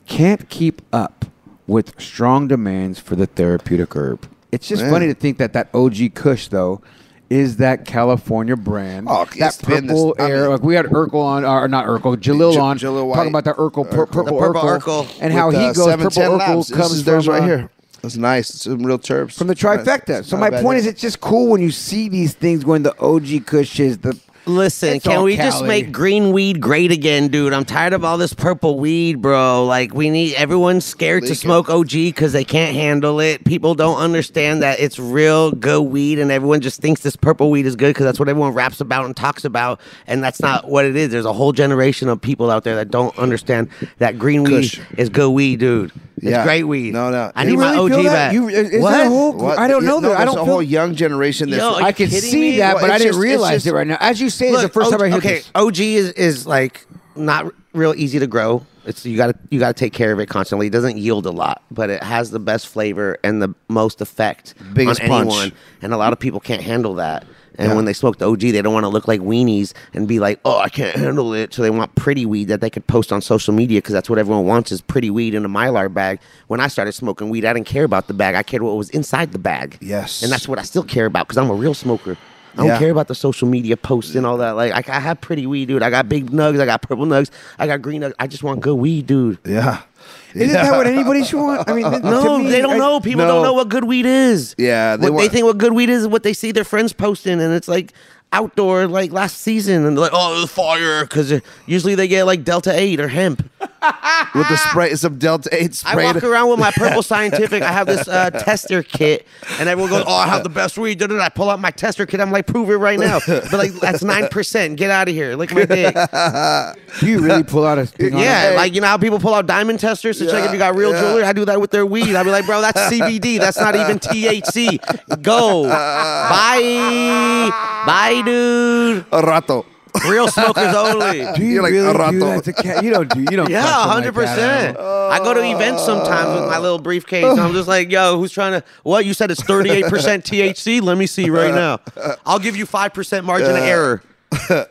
can't keep up with strong demands for the therapeutic herb. It's just
Man.
funny to think that that OG Kush, though, is that California brand.
Oh,
that
it's been this-
purple
I mean-
air. like we had Urkel on, uh, or not Urkel, Jalil
J-
on.
Jalil White.
talking about the Urkel, pur-
Urkel.
purple,
The purple
Urkel,
Urkel
And how
with,
he
uh,
goes,
710
purple
Labs.
Urkel
This
comes
is theirs
from,
right
uh,
here. That's nice. It's some real chirps
from the trifecta. So my point is, it's just cool when you see these things going. The OG Kush is the
Listen,
It's
can
all
we just
Cali.
make green weed great again, dude? I'm tired of all this purple weed, bro. Like we need everyone's scared to smoke OG because they can't handle it. People don't understand that it's real good weed, and everyone just thinks this purple weed is good because that's what everyone raps about and talks about, and that's not what it is. There's a whole generation of people out there that don't understand that green
Kush.
weed is good weed, dude. It's
Yeah.
great weed.
No, no.
I
You
need my
really
OG
feel that?
back.
You- is- is
what?
that a whole- I don't know
no,
that. I
there's
don't
a
feel-
whole young generation. That's
Yo,
I can
kidding
see
me?
that,
Well,
but I
it's
didn't
just- it's
realize
just-
it right now. As you say, it's the
Look,
first
O-
time I heard
okay,
this.
OG is, is like not r- real easy to grow. It's you got to you got to take care of it constantly. It doesn't yield a lot, but it has the best flavor and the most effect
Biggest
on
punch.
anyone. And a lot of people can't handle that. And when they smoke the OG, they don't want to look like weenies and be like, "Oh, I can't handle it." So they want pretty weed that they could post on social media because that's what everyone wants is pretty weed in a Mylar bag. When I started smoking weed, I didn't care about the bag. I cared what was inside the bag.
Yes.
and that's what I still care about because I'm a real smoker. I don't
Yeah.
care about the social media posts and all that. Like, I, I have pretty weed, dude. I got big nugs. I got purple nugs. I got green nugs. I just want good weed, dude.
yeah,
Isn't that what anybody should want? I mean, th-
No,
to me,
they don't
I-
know. People
No.
don't know what good weed is.
Yeah,
they,
they
what, they
want-
think what good weed is is what they see their friends posting, and it's like outdoor, like last season, and they're like, oh, it was fire, because usually they get like Delta Eight or hemp.
with the
Ah!
spray, some Delta Eight
I
spray.
walk around with my purple scientific. I have this uh, tester kit, and everyone goes, "Oh, I have the best weed." da-da-da." I pull out my tester kit. I'm like, "Prove it right now!" But like, that's nine percent. Get out of here. Lick my dick.
Do you really pull out a thing? on
Yeah,
it?
like you know how people pull out diamond testers to check if you got real jewelry. I do that with their weed. I'd be like, bro, that's CBD. That's not even THC. Go, bye, bye, dude.
a rato.
Real smokers only.
Do you
You're like,
really do
"Rato."
that to cat? You don't do. You don't.
Yeah,
fuck something
hundred
like that, Oh.
percent.
Adam.
I go to events sometimes with my little briefcase. and I'm just like, yo, who's trying to? What you said it's thirty eight percent THC. Let me see right now. I'll give you five percent margin of error. and then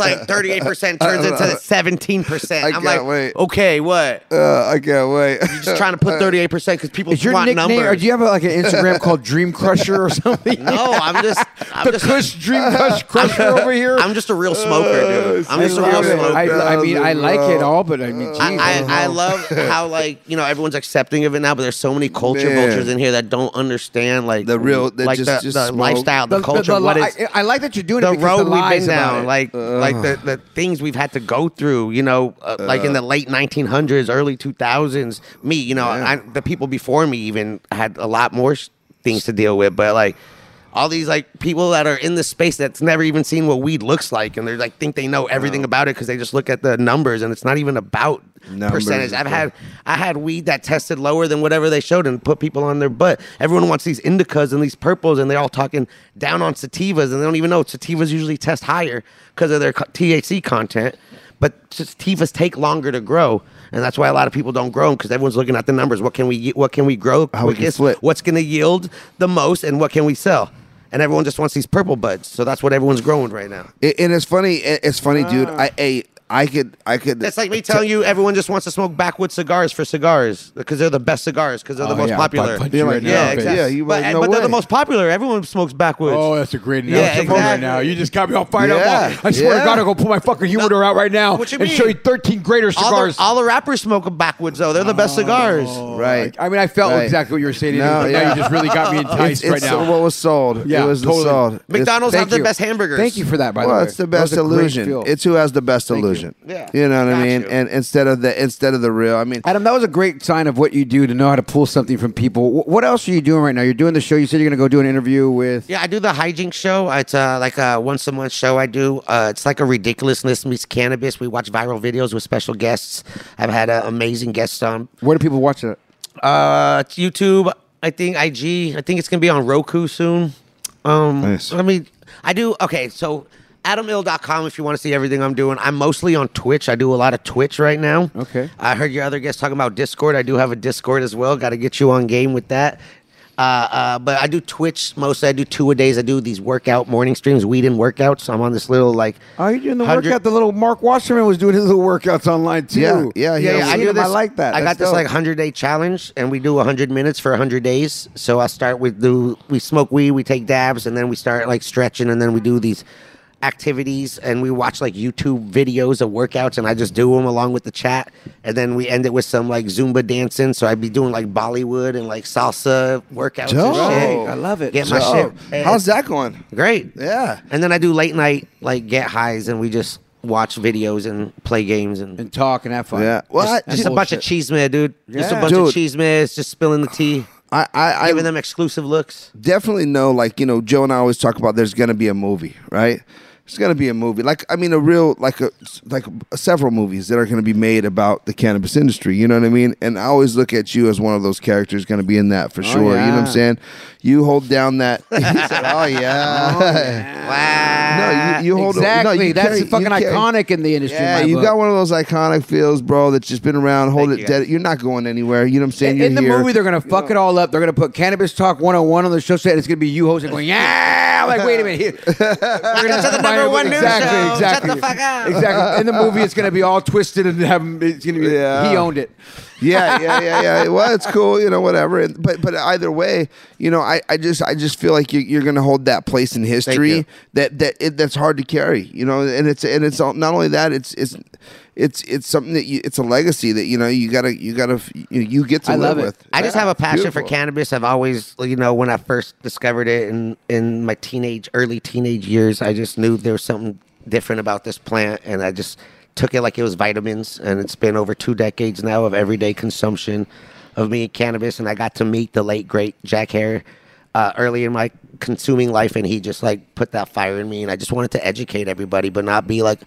like thirty eight percent turns into seventeen percent.
I
I'm like,
can't wait.
okay, what?
Uh, I can't wait.
You're just trying to put thirty eight percent because people
Is your
want
nickname,
numbers.
or do you have a, like an Instagram called Dream Crusher or something?
no, I'm just, I'm
the
just,
Kush Dream Crush Crusher over here. Uh,
I'm just a real smoker, dude. I'm
I
just a
love
real
it.
smoker.
I, I mean, I like it all, but I mean, geez,
I,
don't
I, I
Uh-huh.
know.
love how like you know everyone's accepting of it now, but there's so many culture
Man.
vultures in here that don't understand like
The real- that
like
just-
the,
just
the
smoke.
lifestyle, the, culture,
the
what
li-
is
I, I like that you're doing it
the
because
road
the
we've
lies
been
about
down,
it.
like like the, the things we've had to go through, you know, uh, like in the late 1900s, early 2000s. Me, you know, I, the people before me even had a lot more sh- things to deal with, but like all these like people that are in this space that's never even seen what weed looks like, and they're like think they know everything about it because they just look at the numbers, and it's not even about
Numbers,
percentage. I've
yeah.
had I had weed that tested lower than whatever they showed and put people on their butt. Everyone wants these indicas and these purples, and they're all talking down on sativas, and they don't even know sativas usually test higher because of their co- THC content. But sativas take longer to grow, and that's why a lot of people don't grow them because everyone's looking at the numbers. What can we? y- What can we grow?
How we can
quickest?
split.
What's going to yield the most, and what can we sell? And everyone just wants these purple buds, so that's what everyone's growing right now.
It- and it's funny. it- It's funny, dude. I, I I could I could.
It's Ah. like me telling you everyone just wants to smoke backwoods cigars for cigars because they're the best cigars because they're the
Oh,
most
yeah,
popular.
but- but
You're
you
like,
right now,
yeah,
bitch.
exactly.
Yeah, you
but
like, no
but they're the
way.
most popular. Everyone smokes backwoods.
Oh, that's a great
Yeah,
analogy Come on right
exactly.
now. You just got me all fired
Yeah,
up. I swear
yeah.
to God, I'll go pull my fucking humidor out right now
What you
and show
mean?
you 13 greater
all, the,
cigars. Oh.
all the rappers smoke backwoods though. They're the best cigars.
right.
I mean, I felt
Right.
exactly what you were saying. to me,
No,
but now
yeah.
you just really got me enticed
It's,
right
it's
now.
what was sold.
Yeah,
it was the
totally.
sold. It's-
McDonald's
Thank
have the
you.
best hamburgers.
Thank you for that, by
well,
the way.
it's the
That was
best
a great
illusion.
feel.
It's who has the best
Thank you.
illusion.
Yeah.
You know what
Got
I mean?
you.
And instead of the instead of the real, I mean,
Adam, that was a great sign of what you do to know how to pull something from people. Wh- What else are you doing right now? You're doing the show. You said you're going to go do an interview with.
Yeah, I do the hijink show. It's uh, like a once a month show I do. Uh, it's like a ridiculousness meets cannabis. We watch viral videos with special guests. I've had uh, amazing guests on.
Where do people watch it?
Uh, it's YouTube. I think IG. I think it's gonna be on Roku soon. Um,
Nice.
I mean, I do. Okay, so adamill.com if you want to see everything I'm doing. I'm mostly on Twitch. I do a lot of Twitch right now.
Okay.
I heard your other guest talking about Discord. I do have a Discord as well. Got to get you on game with that. Uh, uh, but I do Twitch mostly. I do two a days. I do these workout morning streams, weed and workouts. So I'm on this little like.
Are Oh, you doing the
100
workout? The little Mark Wasserman was doing his little workouts online too.
Yeah, yeah,
yeah.
yeah,
I,
I
seen
do
him. I
this-
like that.
I got
That's
this
dope.
like hundred day challenge, and we do hundred minutes for hundred days. So I start with do we smoke weed, we take dabs, and then we start like stretching, and then we do these activities, and we watch like YouTube videos of workouts, and I just do them along with the chat, and then we end it with some like Zumba dancing. So I'd be doing like Bollywood and like salsa workouts.
Dope.
And shit.
I
love it.
Get Oh. my
so,
shit. And
oh, how's that going?
Great.
Yeah.
And then I do late night like get highs, and we just watch videos and play games and
and talk and have fun.
Yeah. Well, I-
just a bunch of cheese man, dude. Just a
Yeah.
bunch
Dude.
of cheese man. It's just spilling the tea,
I I, I
giving them exclusive looks.
definitely know, like, you know, Joe and I always talk about there's going to be a movie, right? It's going to be a movie. Like, I mean, a real, like, a, like several movies that are going to be made about the cannabis industry. You know what I mean? And I always look at you as one of those characters going to be in that for sure. You know what I'm
Oh, yeah.
saying? You hold down that. He said, oh, yeah.
Wow.
no, you, you hold
Oh, exactly.
No, you
That's
carry- you
fucking
carry-
iconic in the industry.
Yeah,
in my
you
book.
got one of those iconic feels, bro, that's just been around. Hold
Thank
it
you,
dead. You're not going anywhere. You know what I'm saying?
In,
You're
in the
here.
movie, they're gonna fuck it all up. They're gonna put Cannabis Talk 101 on the show set. It's gonna be you hosting, going, "Yeah!" I'm like, wait a minute. Here. We're gonna
to the
combine
number
it with-
one news
exactly,
show. Shut
Exactly,
the fuck up.
Exactly. In the movie, it's gonna be all twisted and have. It's gonna be.
Yeah.
He owned it.
yeah, yeah, yeah, yeah. Well, it's cool, you know, whatever. And, but but either way, you know, I, I just I just feel like you, you're going to hold that place in
you.
history that that it, that's hard to carry, you know. And it's and it's all, not only that, it's it's it's it's something that you it's a legacy that you know you gotta you gotta you, you get to
I
live
love it.
with.
I just
Yeah,
have a passion for
beautiful.
cannabis. I've always, you know, when I first discovered it in in my teenage, early teenage years, I just knew there was something different about this plant, and I just took it like it was vitamins. And it's been over two decades now of everyday consumption of me and cannabis, and I got to meet the late great Jack Hare. Uh, early in my consuming life, and he just like put that fire in me, and I just wanted to educate everybody, but not be like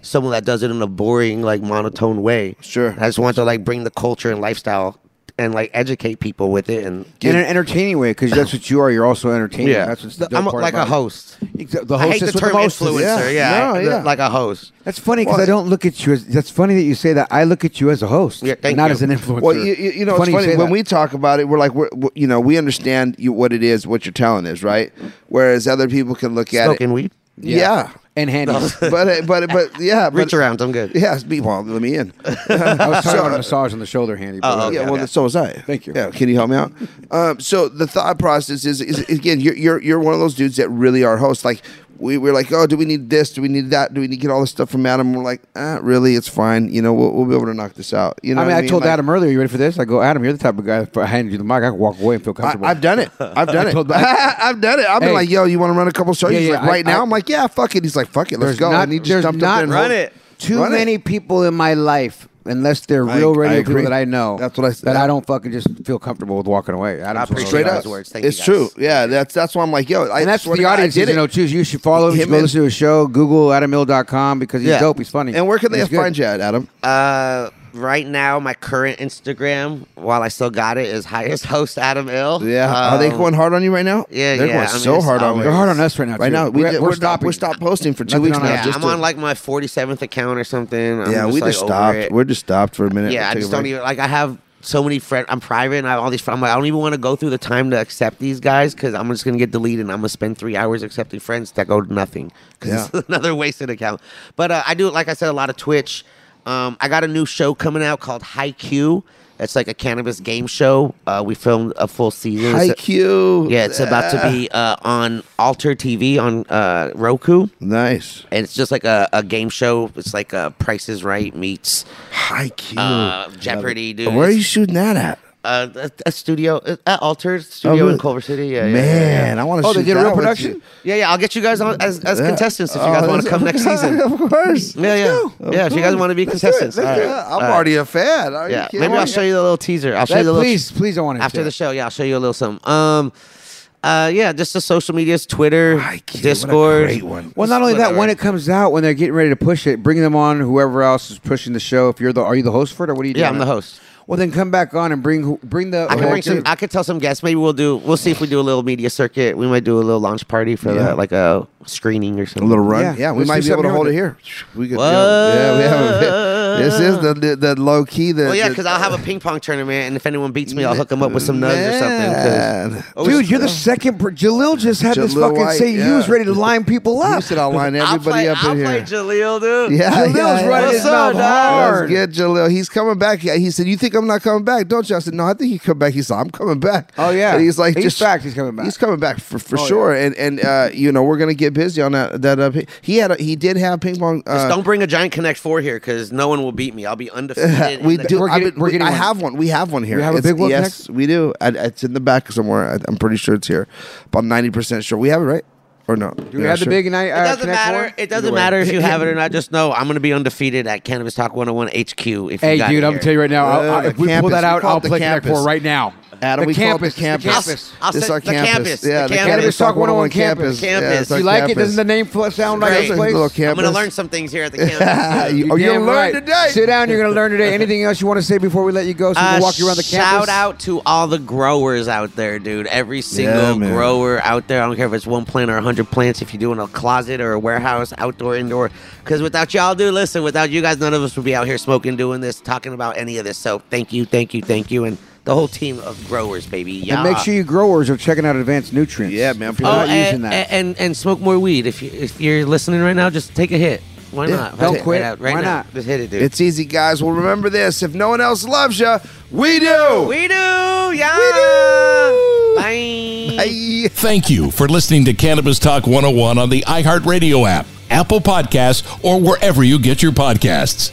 someone that does it in a boring, like monotone way.
Sure.
I just wanted to like bring the culture and lifestyle and like educate people with it. And
in an entertaining way because that's what you are. You're also entertaining.
yeah,
that's what's the
I'm
dope
a-
part
like a
about it.
host.
Exa- The
I hate
hostess
the
with
term
hostess.
influencer. Yeah,
No,
I-
yeah.
like a host.
That's funny because I don't look at you as. That's funny that you say that. I look at you as a host,
Yeah, thank
not
you.
as an influencer.
Well, you, you you know, it's
you
funny
say
when
that.
we talk about it, we're like, we're, we you know, we understand you, what it is, what your talent is, right? Whereas other people can look at
Smoking
it,
weed.
yeah.
and handies.
but but but yeah, but,
Reach around. I'm good.
Yes, be well, let me in.
I was talking about a massage on the shoulder handy. but
okay.
whatever.
uh, yeah, well, so was I.
Thank you.
Yeah, can you help me out? um, so the thought process is, is again, you're, you're you're one of those dudes that really are hosts. Like we we're like, oh, do we need this? Do we need that? Do we need to get all this stuff from Adam? We're like, ah, really, it's fine. You know, we'll, we'll be able to knock this out. You know,
I mean,
what
I told
Like,
Adam earlier, you ready for this? I go, Adam, you're the type of guy, if I handed you the mic, I can walk away and feel
I,
comfortable.
I've done it. I've done
I
it.
told-
I've done it. I've been
Hey.
like, yo, you want to run a couple shows?
Yeah,
He's
yeah,
like, right
I-
now,
I-
I'm like, yeah, fuck it. He's like, fuck it, let's
There's
go.
not,
and he just
there's
jumped up
not
there and hold-
Too
Run it.
many people in my life, unless they're
I-
real radio
I
people
agree.
that I know,
That's what I said.
that I don't fucking just feel comfortable with walking away. Adam's one of those
appreciate
Straight
guys.
up,
those words. Thank you,
it's
guys.
true. Yeah, that's that's why I'm like, yo, I
And that's
swear
what
to
the
God, I
audience
did
is, you
it.
know, choose. You should follow him. You should
Him
go
and-
listen to his show. Google AdamMill.com because he's
Yeah.
dope. He's funny.
And where can they
He's good.
find you at, Adam?
Uh, right now, my current Instagram, while I still got it, is highest host Adam Ill.
Yeah, are they
Um,
going hard on you right now?
yeah,
they're
yeah,
going
I mean,
so
it's
hard on me.
always-
They're hard on us right now.
right
too.
now. We,
we're,
did-
we're
we're,
stopping.
stopped. We stopped posting for two
Nothing
weeks
on
now.
us,
Yeah,
just
I'm
to-
on like my 47th account or something. I'm
yeah, we
like,
just
over
stopped.
it.
We're just stopped for a minute.
yeah, I
Took a
just don't
break.
even like. I have so many friends. I'm private, and I have all these. friends. I'm like, I don't even want to go through the time to accept these guys because I'm just gonna get deleted. and I'm gonna spend three hours accepting friends that go to nothing. 'Cause
Yeah.
it's another wasted account. But uh, I do, like I said, a lot of Twitch. Um, I got a new show coming out called High Q. It's like a cannabis game show. Uh, we filmed a full season. It's a-
IQ.
yeah, it's about to be uh, on Alter TV on uh, Roku,
nice.
and it's just like a, a game show. It's like uh, Price is Right meets
IQ.
uh, Jeopardy, dude.
Where are
It's-
you shooting that at?
uh, a, a studio uh, at Altered Studio
Oh, really?
in Culver City. Yeah, yeah, yeah, yeah.
Man, I want to.
Oh, they did a real production.
Yeah, yeah, I'll get you guys on as, as
Yeah.
contestants if you
Oh,
guys
that's-
want to come next season.
of course.
Yeah, yeah, yeah. If you guys want to be contestants,
Let's
All
do
right.
it. I'm
All right.
already a fan. Are you
Yeah,
kidding
maybe I'll
me?
show you the little teaser. I'll show
That,
you the little
please, please, I want to
after the show. Yeah, I'll show you a little something. Um, uh, yeah, just the social medias, Twitter,
IQ,
Discord.
What a great one.
Well, not only that, when
Whatever.
it comes out, when they're getting ready to push it, bring them on. Whoever else is pushing the show. If you're the, are you the host for it, or what do you do?
Yeah, I'm the host.
Well, then come back on and bring who- bring the.
I can
whole
bring some.
team.
I could tell some guests. Maybe we'll do. We'll see if we do a little media circuit. We might do a little launch party for the, like a screening or
A
something.
little run.
Yeah,
Yeah, we
let's
might
do
be able to
something
hold it
here
here. We could. Yeah, we have. A, this is the, the the low key. The
Well, Oh, yeah,
the-
because I'll have a ping pong tournament, and if anyone beats me, I'll hook them up with some nugs or something. 'cause-
Man.
Dude, you're Oh, the second. Per- Jalil just had this
Jalil
fucking
White,
say. He
yeah.
was ready to line people
You
up.
said I'll line everybody
I'll play,
up
I'll
in
play
here.
Jaleel, dude.
yeah,
Jalil's
yeah,
running
yeah.
his mouth hard.
Let's get Jalil. He's coming back. Yeah, He said, "You think I'm not coming back, don't you?" I said, "No, I think he come back." He said, "I'm coming back."
Oh, yeah.
and he's like,
He's
just,
back. He's coming back.
He's coming back for, for
Oh,
sure." And and uh, you know, we're gonna get busy on that. That uh, he had a, he did have ping pong.
Just
Uh,
don't bring a giant Connect Four here, because no one will beat me. I'll be undefeated.
we
in the-
do.
We're
I've
getting-
been-
we're
we-
getting
I
one.
have one. We have one here.
We have a
It's-
big one
Yes,
next?
we do. I, it's in the back somewhere. I, I'm pretty sure it's here. About ninety percent sure. We have it right, or no?
Do we have the big night? uh,
It doesn't matter. It doesn't matter if you have it or not. Just know I'm going to be undefeated at Cannabis Talk 101 HQ. If
Hey,
you got
dude,
it
I'm
here.
telling you right now. I'll, I'll,
Uh,
if we pull
campus.
that
We
out,
call it
I'll
the
play Connect Four
campus.
right now.
Adam,
the
we call it the
campus, it's
campus.
campus.
I'll
It's
say-
our
the campus,
Yeah,
the
the
campus.
Cannabis Talk 101 campus.
Yeah,
Campus.
it's
Do
our
you like it?
campus.
Doesn't the name fl- sound like this
Great.
Little
place?
I'm going to
campus.
learn some things here at the campus.
You- oh, you'll
damn
learn today.
Sit down. You're going to learn today. Anything else you want to say before we let you go? So we
Uh,
can walk you around the campus.
Shout out to all the growers out there, dude. Every single
man.
grower out there. I don't care if it's one plant or 100 plants, if you're doing a closet or a warehouse, outdoor, indoor. Because without y'all, dude, listen, without you guys, none of us would be out here smoking, doing this, talking about any of this. So thank you, thank you, thank you. And the whole team of growers, baby. Yeah.
And make sure you growers are checking out advanced nutrients.
Yeah, man.
If you're
Oh,
not
and,
using that.
And, and smoke more weed. If, you, if you're listening right now, just take a hit. Why
Yeah,
not?
don't
Right
quit.
now- right
Why
now.
not?
Just hit it, dude.
It's easy, guys. Well, remember this: if no one else loves you, we do.
we do. Yeah. We do. Bye.
Hey.
Thank you for listening to Cannabis Talk 101 on the iHeartRadio app, Apple Podcasts, or wherever you get your podcasts.